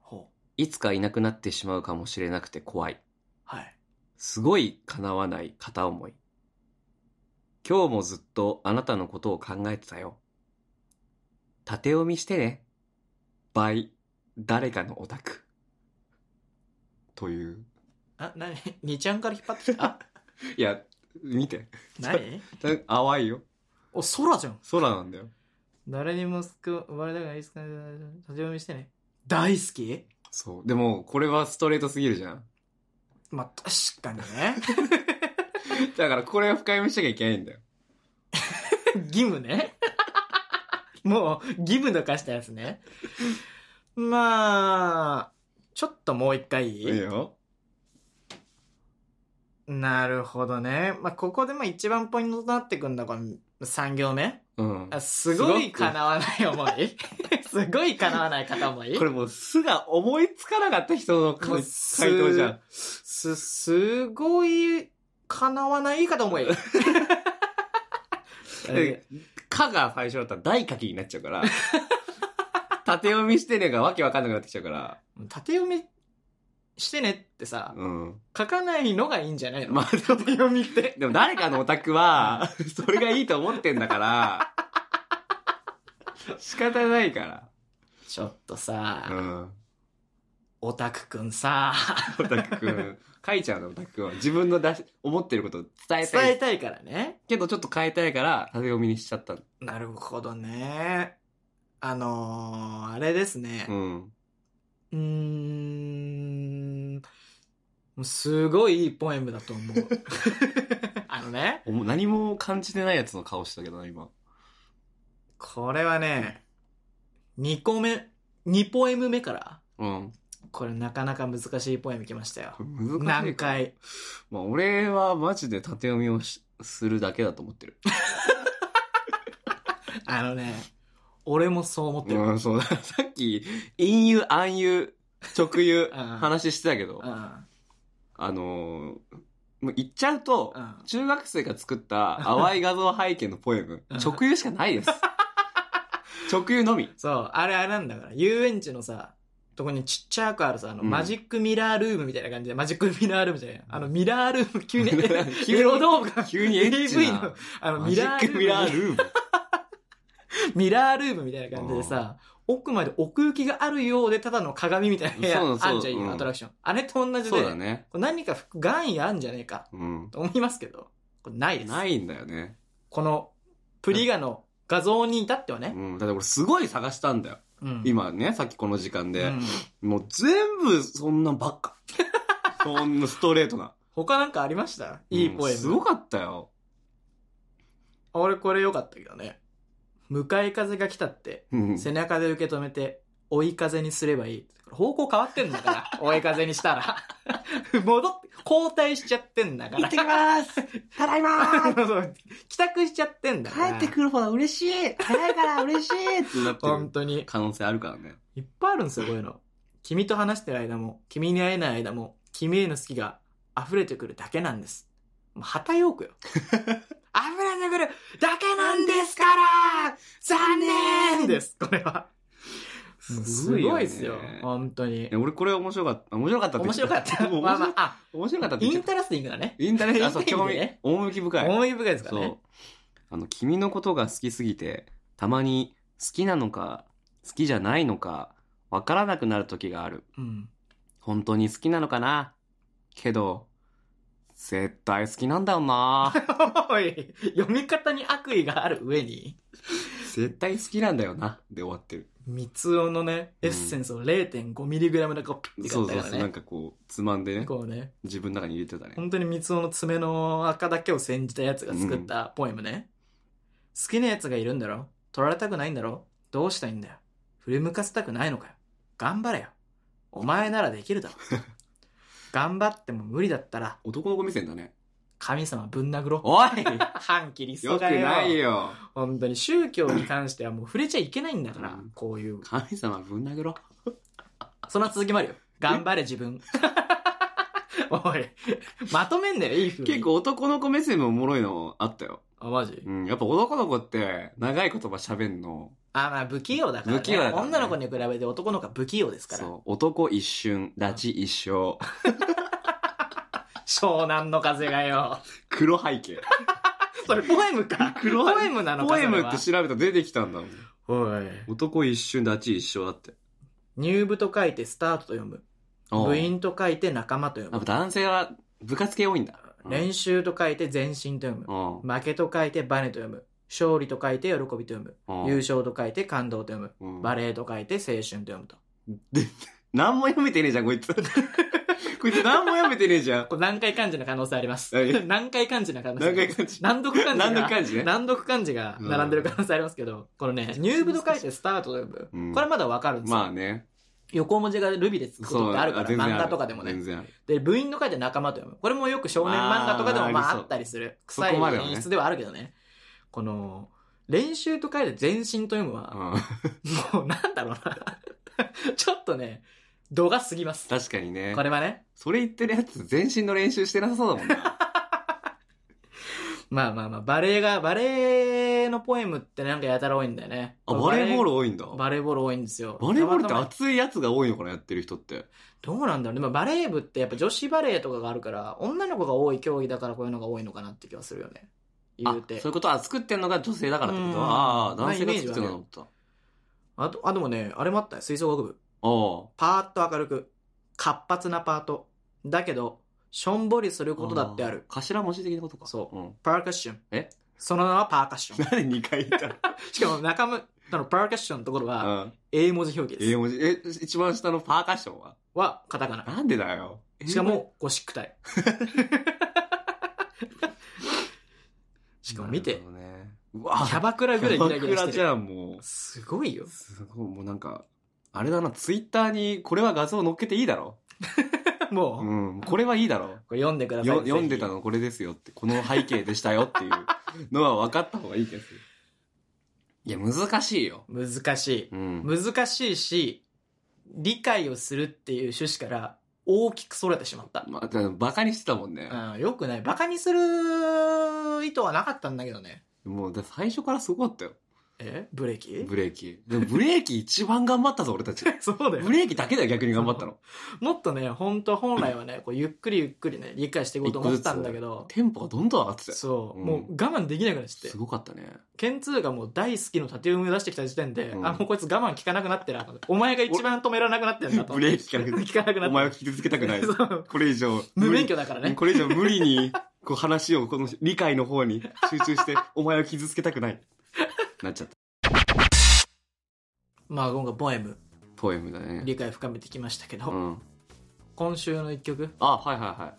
Speaker 4: ほう
Speaker 5: いつかいなくなってしまうかもしれなくて怖い。
Speaker 4: はい
Speaker 5: すごい叶わない片思い。今日もずっとあなたのことを考えてたよ。縦読みしてね。バイ、誰かのオタク。という。 (laughs)
Speaker 4: あ何二ちゃんから引っ張ってきた
Speaker 5: いや、見て。
Speaker 4: 何
Speaker 5: (laughs) だ淡いよ。
Speaker 4: お空じゃん
Speaker 5: 空なんだよ。
Speaker 4: 誰にも救われたくないですか立ち読みしてね大好き
Speaker 5: そう。でも、これはストレートすぎるじゃん。
Speaker 4: まあ確かにね
Speaker 5: だから、これを深読みしなきゃいけないんだよ。
Speaker 4: (laughs) 義務ね。もう、義務の化したやつね。まあ、ちょっともう一回い
Speaker 5: い
Speaker 4: い
Speaker 5: よ。
Speaker 4: なるほどね。まあ、ここでまあ一番ポイントとなってくんだ、この3行目。
Speaker 5: うん。
Speaker 4: あすごい叶わない思い。 (laughs) すごい叶わない片思い。
Speaker 5: これもう、すが思いつかなかった人の
Speaker 4: もう
Speaker 5: 回回答じゃん。
Speaker 4: す、すごい叶わない片
Speaker 5: (laughs)
Speaker 4: 思い。
Speaker 5: でかが最初だったら大書きになっちゃうから、 (laughs) 縦読みしてねがわけわかんなくなってきちゃうから、
Speaker 4: 縦読みしてねってさ、
Speaker 5: うん。
Speaker 4: 書かないのがいいんじゃないの、
Speaker 5: まあでも、
Speaker 4: 縦読みって。
Speaker 5: でも誰かのオタクは、それがいいと思ってんだから、仕方ないか
Speaker 4: ちょっとさ、
Speaker 5: ら。うん。
Speaker 4: オタクく
Speaker 5: (laughs)
Speaker 4: んさ、
Speaker 5: オタクくん、書いちゃうの、オタクくんは。自分の出し、思ってることを伝えた
Speaker 4: 伝え
Speaker 5: い。
Speaker 4: たいからね。
Speaker 5: けどちょっと変えたいから、縦読みにしちゃったの。
Speaker 4: なるほどね。あのー、あれですね
Speaker 5: う。ん。
Speaker 4: うーん、もうすごいいいポエムだと
Speaker 5: (laughs)
Speaker 4: 思う。あのね、
Speaker 5: おも何も感じてないやつの顔したけどな、今。
Speaker 4: これはね、2個目、2ポエム目から、
Speaker 5: うん。
Speaker 4: これなかなか難しいポエムきましたよ。
Speaker 5: 難しい。
Speaker 4: 難解。
Speaker 5: まあ、俺はマジで縦読みをしするだけだと思ってる。
Speaker 4: あのね、俺も (laughs) そう思ってる。
Speaker 5: うん、そうだ。 (laughs) さっき、陰湯、暗湯、直湯、
Speaker 4: (laughs) うん
Speaker 5: 話してたけど、
Speaker 4: うん。
Speaker 5: あのーもう言っちゃうと、
Speaker 4: うん
Speaker 5: 中学生が作った
Speaker 4: (laughs)
Speaker 5: 淡い画像背景のポエム
Speaker 4: うん、
Speaker 5: 直湯しかない
Speaker 4: (laughs)
Speaker 5: です。直湯のみ。
Speaker 4: そう、あれあれなんだから、遊園地のさ、とこにちっちゃくあるさ、あの、
Speaker 5: うん、
Speaker 4: マジックミラールームみたいな感じで、マジックミラールームじゃないあの、ミラールーム、急に
Speaker 5: (laughs)
Speaker 4: (laughs)
Speaker 5: 急に
Speaker 4: エロ動画、
Speaker 5: 急にエッチ
Speaker 4: AV
Speaker 5: な
Speaker 4: の。、あの、
Speaker 5: マ
Speaker 4: ミ
Speaker 5: ジッ
Speaker 4: ラール
Speaker 5: クミラー
Speaker 4: ーム、
Speaker 5: ルーム。
Speaker 4: ミラールームみたいな感じでさ、奥まで奥行きがあるようで、ただの鏡みたいな部屋
Speaker 5: そうそう
Speaker 4: あんじゃん、
Speaker 5: うん
Speaker 4: アトラクション。あれと同じ
Speaker 5: そ
Speaker 4: で、
Speaker 5: うだね。
Speaker 4: これ何か含意あんじゃねえか、
Speaker 5: うん。
Speaker 4: と思いますけど、これないです。
Speaker 5: ないんだよね。
Speaker 4: この、プリガの画像に至ってはね、
Speaker 5: うん。だって俺すごい探したんだよ。
Speaker 4: うん、
Speaker 5: 今ね、さっきこの時間
Speaker 4: う
Speaker 5: で。
Speaker 4: ん
Speaker 5: もう全部そんなんばっ
Speaker 4: (laughs)
Speaker 5: か。そんなストレートな。
Speaker 4: 他なんかありましたいいポエ
Speaker 5: うん
Speaker 4: ム。
Speaker 5: すごかったよ。
Speaker 4: あ俺これ良かったけどね。向かい風が来たって、
Speaker 5: うん
Speaker 4: 背中で受け止めて、追い風にすればいい。方向変わってんだ
Speaker 5: (laughs)
Speaker 4: から、追い風にしたら。 (laughs) 戻って、交代しちゃってんだから。
Speaker 5: きますただいまー
Speaker 4: (laughs) そう帰宅しちゃってんだから。
Speaker 5: るほど嬉しい早いから嬉しいってなって
Speaker 4: 本
Speaker 5: る
Speaker 4: 当に。
Speaker 5: 可能性あるからね。
Speaker 4: いっぱいあるんですよ、こういうの。君と話してる間も、君に会えない間も、君への好きが溢れてくるだけなんです。もう、旗ヨ
Speaker 5: (laughs)
Speaker 4: ークよ。溢れてくるだけなんですから残念です、これは。もうすごいですよ
Speaker 5: すごいよね、
Speaker 4: 本当に
Speaker 5: いや。俺これ面白かった。面白かったて言
Speaker 4: 面
Speaker 5: ちゃ
Speaker 4: 白かった。
Speaker 5: もう
Speaker 4: まあ
Speaker 5: 面
Speaker 4: ま
Speaker 5: 白
Speaker 4: あ、あ、
Speaker 5: 面白かったって
Speaker 4: イ
Speaker 5: 言
Speaker 4: ン
Speaker 5: っちゃ
Speaker 4: タラスティングだね。
Speaker 5: う。インターネット、あ、そう、
Speaker 4: インタ
Speaker 5: 興
Speaker 4: ーネット
Speaker 5: 味
Speaker 4: ね、
Speaker 5: 趣深い。
Speaker 4: 思い深いですから
Speaker 5: そう
Speaker 4: ね。。
Speaker 5: あの、君のことが好きすぎて、たまに好きなのか、好きじゃないのか、わからなくなる時がある。
Speaker 4: うん。 (laughs)
Speaker 5: 本当に好きなのかなけど、絶対好きなんだよな
Speaker 4: おい、読み方に悪意がある上に、
Speaker 5: 絶対好きなんだよな。で終わってる。
Speaker 4: 三つ男のね、エッセンスを 0.5mg でこう、ピッて
Speaker 5: そ
Speaker 4: 買
Speaker 5: う
Speaker 4: った
Speaker 5: そ
Speaker 4: か
Speaker 5: うそう。
Speaker 4: ら
Speaker 5: なん
Speaker 4: ね。
Speaker 5: かこう、つまんでね、
Speaker 4: こうね。
Speaker 5: 自分の中に入れてたね。
Speaker 4: 本当に三つ男の爪の赤だけを煎じたやつが作ったポエムね。好きなやつがいるんだろ取られたくないんだろどうしたいんだよ振り向かせたくないのかよ頑張れよお前ならできる
Speaker 5: (laughs)
Speaker 4: だろ頑張っても無理だったら、
Speaker 5: 男の子目線だね。
Speaker 4: 神様ぶん殴ろう。
Speaker 5: おい
Speaker 4: 反キリ
Speaker 5: (laughs)
Speaker 4: ス
Speaker 5: よ
Speaker 4: ト
Speaker 5: く
Speaker 4: がよ。
Speaker 5: ないよ。
Speaker 4: 本当に宗教に関してはもう触れちゃいけないんだから
Speaker 5: うん、
Speaker 4: こういう。
Speaker 5: 神様ぶん殴ろ。
Speaker 4: その続きもあるよ。頑張れ自分。 (laughs) おい、まとめんだよ、いい風に。
Speaker 5: 結。構男の子目線もおもろいのあったよ。
Speaker 4: あ、マジ
Speaker 5: うん。やっぱ男の子って長い言葉喋んの。
Speaker 4: あ、まあ不器用だから、
Speaker 5: 不
Speaker 4: ね。
Speaker 5: 器用だからね
Speaker 4: 女の子に比べて男の子は不器用ですから。
Speaker 5: そう。男一瞬、拉致一
Speaker 4: (laughs)
Speaker 5: 生。
Speaker 4: 湘南の風がよ。 (laughs)
Speaker 5: 黒背景。
Speaker 4: それポエムか。
Speaker 5: 黒い
Speaker 4: ポエムなのか
Speaker 5: ポエムって
Speaker 4: そ
Speaker 5: 調べたら出てきたんだもん。
Speaker 4: れはおい。
Speaker 5: 男一瞬、拉致一生だって。
Speaker 4: 入部と書いてスタートと読む。部員と書いて仲間と
Speaker 5: や
Speaker 4: 読
Speaker 5: っぱ
Speaker 4: む。
Speaker 5: 男性は部活系多いんだ。
Speaker 4: 練習と書いて前進と読む。
Speaker 5: うん。うん
Speaker 4: 負けと書いてバネと読む。勝利と書いて喜びと読む。優勝と書いて感動と読む。
Speaker 5: うん
Speaker 4: バレエと書いて青春と読むと。
Speaker 5: 何も読めてねえじゃん、こいつ。 (laughs) こいつ何も読めてねえじゃん。
Speaker 4: これ難解漢字の可能性あります (laughs)
Speaker 5: はい。
Speaker 4: 難解漢字の可能性あ
Speaker 5: 何
Speaker 4: ります。
Speaker 5: 回感じ。
Speaker 4: 難読漢字が。
Speaker 5: 何度感じね。
Speaker 4: 難読漢字が並んでる可能性ありますけど、このね、入部と書いてスタートと読む。
Speaker 5: うん
Speaker 4: これはまだわかるんですよ。
Speaker 5: まあね。
Speaker 4: 横文字がルビでつくことってあるから、
Speaker 5: 全然
Speaker 4: 漫画とかでもね
Speaker 5: 全。然ある。
Speaker 4: で、部員と書いて仲間と読む。これもよく少年漫画とかでもまあ
Speaker 5: あーあり
Speaker 4: あ
Speaker 5: そう
Speaker 4: ったりする。
Speaker 5: そ
Speaker 4: 臭い
Speaker 5: こまではね
Speaker 4: 演出ではあるけどね。この、練習と書いて前進と読むは、
Speaker 5: うん
Speaker 4: もうなんだろうな。 (laughs) ちょっとね、度が過ぎます。
Speaker 5: 確かにね
Speaker 4: こ。れはね。
Speaker 5: それ言ってるやつ、全身の練習してなさそうだもん
Speaker 4: (laughs)
Speaker 5: な。
Speaker 4: まあまあまあ、バレエが、バレエのポエムってなんかやたら多いんだよね。
Speaker 5: あ、バレーボー
Speaker 4: ル
Speaker 5: ル多いんだ。バ
Speaker 4: バレーボール多いんですよ。
Speaker 5: レーボールって
Speaker 4: たまたま
Speaker 5: 熱いやつが多いのかな、やってる人って。
Speaker 4: どうなんだろうね。まあバレー部ってやっぱ女子バレーとかがあるから、女の子が多い競技だからこういうのが多いのかなって気はするよね。
Speaker 5: あ、そ
Speaker 4: 言
Speaker 5: ううい
Speaker 4: て。
Speaker 5: うことは作ってんのが女性だからってこ
Speaker 4: うん
Speaker 5: とああ、男性が作ってるのかと思っ
Speaker 4: あと、あ、でもね、あれもあったよ。吹奏楽部。
Speaker 5: た。お
Speaker 4: パーッと明るく、活発なパート。だけど、しょんぼりする
Speaker 5: う
Speaker 4: ことだってある。
Speaker 5: 頭文字的なことか。
Speaker 4: そ
Speaker 5: うん。
Speaker 4: パーカッション。
Speaker 5: え
Speaker 4: その名はパーカッ
Speaker 5: (laughs)
Speaker 4: ション。
Speaker 5: 何2回言った
Speaker 4: しかも中村のパーカッションのところは、
Speaker 5: う
Speaker 4: (laughs)
Speaker 5: ん。
Speaker 4: 英文字表記で
Speaker 5: 英
Speaker 4: す。
Speaker 5: 文字。え、一番下のパーカッションは
Speaker 4: は、カタカナ。
Speaker 5: なんでだよ。
Speaker 4: しかも、ゴシッ
Speaker 5: (laughs)
Speaker 4: ク体。しかも見
Speaker 5: な
Speaker 4: て
Speaker 5: る、ほどね。うわ
Speaker 4: キャバクラぐらいギラギラ
Speaker 5: キャバ
Speaker 4: し
Speaker 5: クラ
Speaker 4: て
Speaker 5: じ
Speaker 4: る。
Speaker 5: ゃん、もう。
Speaker 4: すごいよ。
Speaker 5: すごい、もうなんか、あれだな、ツイッターに、これは画像載っけていいだろ。
Speaker 4: もう、
Speaker 5: うん、これはいいだろ。
Speaker 4: これ読んでください。
Speaker 5: よ読んでた
Speaker 4: ぜ
Speaker 5: のこれですよって、この背景でしたよっていうのは分かった方がいいですよ。いや、難しいよ。
Speaker 4: ひ。難しい。
Speaker 5: うん。
Speaker 4: 難しいし、理解をするっていう趣旨から大きく逸れてしまった。
Speaker 5: まあ、バカにしてたもんね。
Speaker 4: うん、よくない。馬鹿にする意図はなかったんだけどね。
Speaker 5: もう、だ最初からすごかったよ。
Speaker 4: えブレーキ
Speaker 5: ブレーキ。でもブレーキ一番頑張ったぞ、俺 (laughs) たち。
Speaker 4: (laughs) そうだ
Speaker 5: ブ。レーキだけだよ、逆に頑張ったの。
Speaker 4: もっとね、本当本来はね、こうゆっくりゆっくりね、理解していこうと思ったんだけど、
Speaker 5: テンポがどんどん上がってたよ。
Speaker 4: そう、
Speaker 5: うん
Speaker 4: もう我慢できなくなっちゃっ
Speaker 5: す
Speaker 4: て。
Speaker 5: ごかったね。
Speaker 4: ケンツーがもう大好きの縦読みを出してきた時点で、
Speaker 5: うん
Speaker 4: あ、もうこいつ我慢効かなくなってるなと思って。お前が一番止められなくなってるんだと思っ
Speaker 5: (laughs)
Speaker 4: て。
Speaker 5: ブレーキ効かなくなっ
Speaker 4: 効かなく (laughs) なって。
Speaker 5: お前を傷つけたくない。
Speaker 4: そう
Speaker 5: これ以上。
Speaker 4: 無免許だからね。
Speaker 5: これ以上無理に、こう話を、この理解の方に集中して、お前を傷つけたくない。なっちゃった。
Speaker 4: まあ今回ポエム
Speaker 5: ポエムだね。
Speaker 4: 理解深めてきましたけど、
Speaker 5: うん。
Speaker 4: 今週の一曲
Speaker 5: あ、はいはいはい。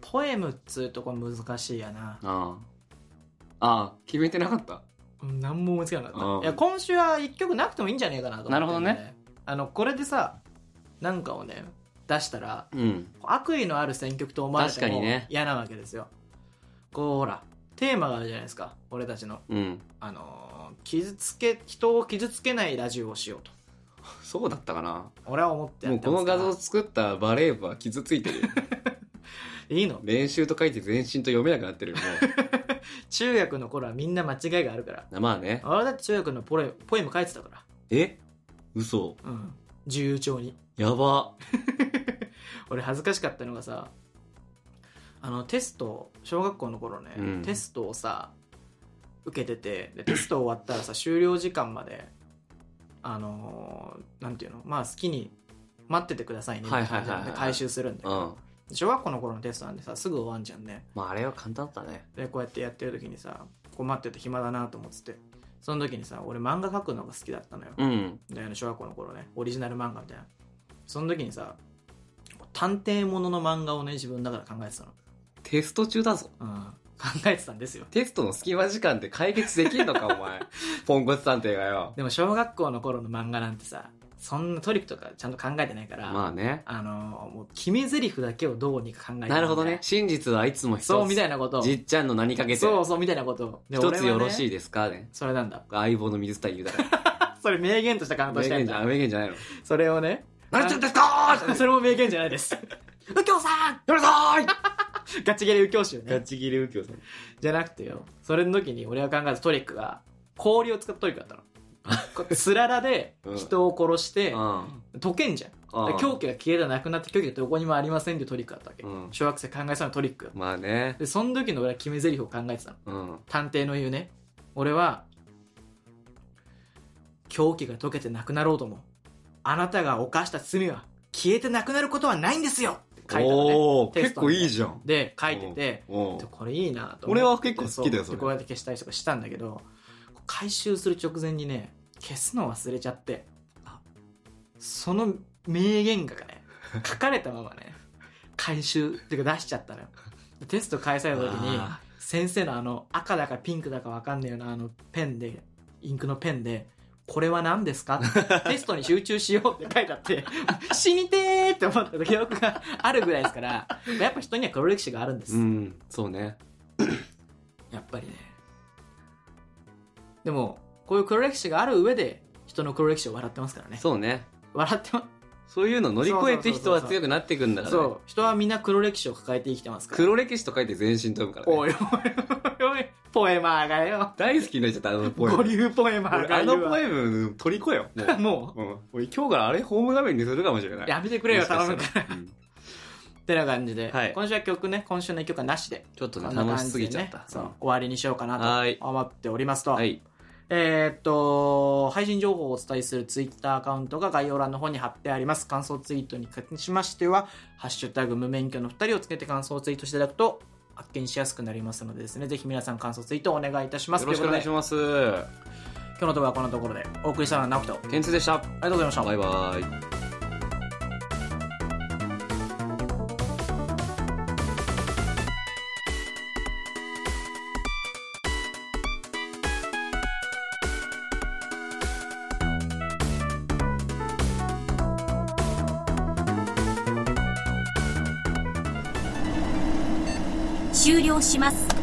Speaker 4: ポエムっつうとこ難しいやな
Speaker 5: ああ。ああ、決めてなかった。
Speaker 4: うん何も思いつかなか
Speaker 5: う
Speaker 4: っ
Speaker 5: ん
Speaker 4: たいや今週は一曲なくてもいいんじゃねえかなと思って、
Speaker 5: なるほどね
Speaker 4: あのこれでさなんかをね出したら
Speaker 5: うん。
Speaker 4: 悪意のある選曲と思われて
Speaker 5: 確か
Speaker 4: も
Speaker 5: にね
Speaker 4: 嫌なわけですよ、こうほらテーマがあるじゃないですか俺たちの
Speaker 5: うん。
Speaker 4: あのー傷つけ人を傷つけないラジオをしようと
Speaker 5: そうだったかな。
Speaker 4: 俺は思ってや
Speaker 5: も
Speaker 4: っ
Speaker 5: う
Speaker 4: て
Speaker 5: こ
Speaker 4: ま
Speaker 5: の
Speaker 4: すか
Speaker 5: 画
Speaker 4: ら
Speaker 5: 像作ったバレー部は傷ついて (laughs) るよ。
Speaker 4: いいの
Speaker 5: 練習と書いて全身と読めなくなってるよ、も
Speaker 4: 中学の頃はみんな間違いがあるから
Speaker 5: う。 (laughs) まあね。
Speaker 4: 俺だって中学のポレポエム書いてたか
Speaker 5: え嘘。
Speaker 4: らうん自由帳に
Speaker 5: やば。
Speaker 4: 俺恥ずかしかったのがさあのテスト小学校の頃ね、
Speaker 5: うん
Speaker 4: テストをさ受けててでテスト終わったらさ終了時間まであのーなんていうのまあ好きに待っててくださいねみたいな感じなん
Speaker 5: はいはい
Speaker 4: で
Speaker 5: はいはい
Speaker 4: 回収するんだけ
Speaker 5: うん。
Speaker 4: ど、
Speaker 5: ま
Speaker 4: 小学校の頃のテストなんでさすぐ終わんじゃんね
Speaker 5: ああれは簡単だったね。
Speaker 4: でこうやってやってる時にさこう待ってて暇だなと思っててその時にさ俺漫画描くのが好きだったのよ、
Speaker 5: うん。
Speaker 4: であの小学校の頃ねオリジナル漫画みたいなその時にさ探偵ものの漫画をね自分だから考えてたの、
Speaker 5: テスト中だぞ。
Speaker 4: うん、考えてたんですよ
Speaker 5: テストの隙間時間で解決できるのか、お前。ポンコツ探偵がよ。
Speaker 4: でも小学校の頃の漫画なんてさそんなトリックとかちゃんと考えてないから、
Speaker 5: まあね。
Speaker 4: あのもう決め台詞だけをどうにか考えて
Speaker 5: なるほどね。真実はいつも一つ。
Speaker 4: そうみたいなことを
Speaker 5: じっちゃんの何かけて。
Speaker 4: そうそうみたいなことをで
Speaker 5: 一つよろ
Speaker 4: 俺は
Speaker 5: し
Speaker 4: ね
Speaker 5: いですかね。
Speaker 4: それなんだ
Speaker 5: 相棒の水谷豊。
Speaker 4: それ名言として感動
Speaker 5: 名
Speaker 4: したい
Speaker 5: 言
Speaker 4: ん
Speaker 5: じゃ、
Speaker 4: だ
Speaker 5: 名言じゃないの。
Speaker 4: それをね
Speaker 5: 何ちゃんですかー
Speaker 4: それも名言じゃないです
Speaker 5: (laughs)
Speaker 4: 右京さん
Speaker 5: やめなさーい
Speaker 4: ガチギレ右京集ね
Speaker 5: チギレ右京さん。
Speaker 4: じゃなくてよそれの時に俺が考えたトリックが氷を使ったトリックだったのこう (laughs) つららで人を殺して
Speaker 5: うん。
Speaker 4: 溶けんじゃん
Speaker 5: うん
Speaker 4: 狂気が消えたなくなって狂気がどこにもありませんっていうトリックだったわけ、
Speaker 5: うん
Speaker 4: 小学生考えそうなトリック
Speaker 5: まあね。
Speaker 4: でその時の俺は決め台詞を考えてたの
Speaker 5: うん。
Speaker 4: 探偵の言うね俺は狂気が解けてなくなろうともあなたが犯した罪は消えてなくなることはないんですよって書いたのね
Speaker 5: おー
Speaker 4: テ
Speaker 5: 結
Speaker 4: ストの
Speaker 5: 構
Speaker 4: ね
Speaker 5: いいじゃん。
Speaker 4: で書いてて
Speaker 5: お
Speaker 4: で
Speaker 5: ー
Speaker 4: これいいなと思って
Speaker 5: 俺は結構好きだよ
Speaker 4: う
Speaker 5: それ
Speaker 4: でこうやって消したりとかしたんだけど回収する直前にね消すの忘れちゃってその名言が
Speaker 5: (laughs)
Speaker 4: ね書かれたままね回収っていうか出しちゃったのよでテスト開催の時に
Speaker 5: あ
Speaker 4: 先生のあの赤だかピンクだかわかんないようなあのペンでインクのペンで「これは何ですか?」テストに集中しようって書いて
Speaker 5: (laughs)
Speaker 4: あって「死にてー!」って思った記憶があるぐらいですからやっぱ人には黒歴史があるんです、
Speaker 5: うん、そうね。
Speaker 4: やっぱりね。でも、こういう黒歴史がある上で、人の黒歴史を笑ってますからね。
Speaker 5: そうね。
Speaker 4: 笑ってま、
Speaker 5: そういうの乗り越えて
Speaker 4: そうそうそうそう
Speaker 5: 人は強くなっていくんだからね。
Speaker 4: そう。人はみんな黒歴史を抱えて生きてますから。
Speaker 5: 黒歴史と書いて全身飛ぶからね。
Speaker 4: おいおいおいおい、ポエマーがよ。
Speaker 5: 大好きになっちゃった、あのポエ
Speaker 4: ゴ
Speaker 5: ム。
Speaker 4: リューポエマー
Speaker 5: 俺
Speaker 4: が
Speaker 5: あ
Speaker 4: いるわ
Speaker 5: のポエム、取り越え
Speaker 4: (laughs)
Speaker 5: よ。もう
Speaker 4: も
Speaker 5: うん、俺今日からあれホーム画面にするかもしれな
Speaker 4: う、
Speaker 5: い。
Speaker 4: やめてくれよ、頼むから。
Speaker 5: ら。うん
Speaker 4: ってな感じで、
Speaker 5: はい
Speaker 4: 今週は曲ね、今週の曲はなしで、
Speaker 5: ちょっと
Speaker 4: こ
Speaker 5: ね、
Speaker 4: んな
Speaker 5: 楽
Speaker 4: 感
Speaker 5: し
Speaker 4: じ
Speaker 5: す
Speaker 4: で
Speaker 5: ぎ
Speaker 4: ね
Speaker 5: ちゃった。
Speaker 4: そううん終わりにしようか
Speaker 5: は
Speaker 4: ないと思っておりますと。
Speaker 5: はい。
Speaker 4: えーっと、配信情報をお伝えするツイッターアカウントが概要欄の方に貼ってあります。感想ツイートにしましては、ハッシュタグ無免許の2人をつけて感想ツイートしていただくと、発見しやすくなりますのでですね、ぜひ皆さん感想ツイートお願いいたします。
Speaker 5: よろしくお願いし
Speaker 4: というこ
Speaker 5: ます。
Speaker 4: とで今日の動画はこんなところで、お送りしたのは直人。あり
Speaker 5: 天通でした。
Speaker 4: がとうございました。
Speaker 5: バイバイ。
Speaker 1: 終了します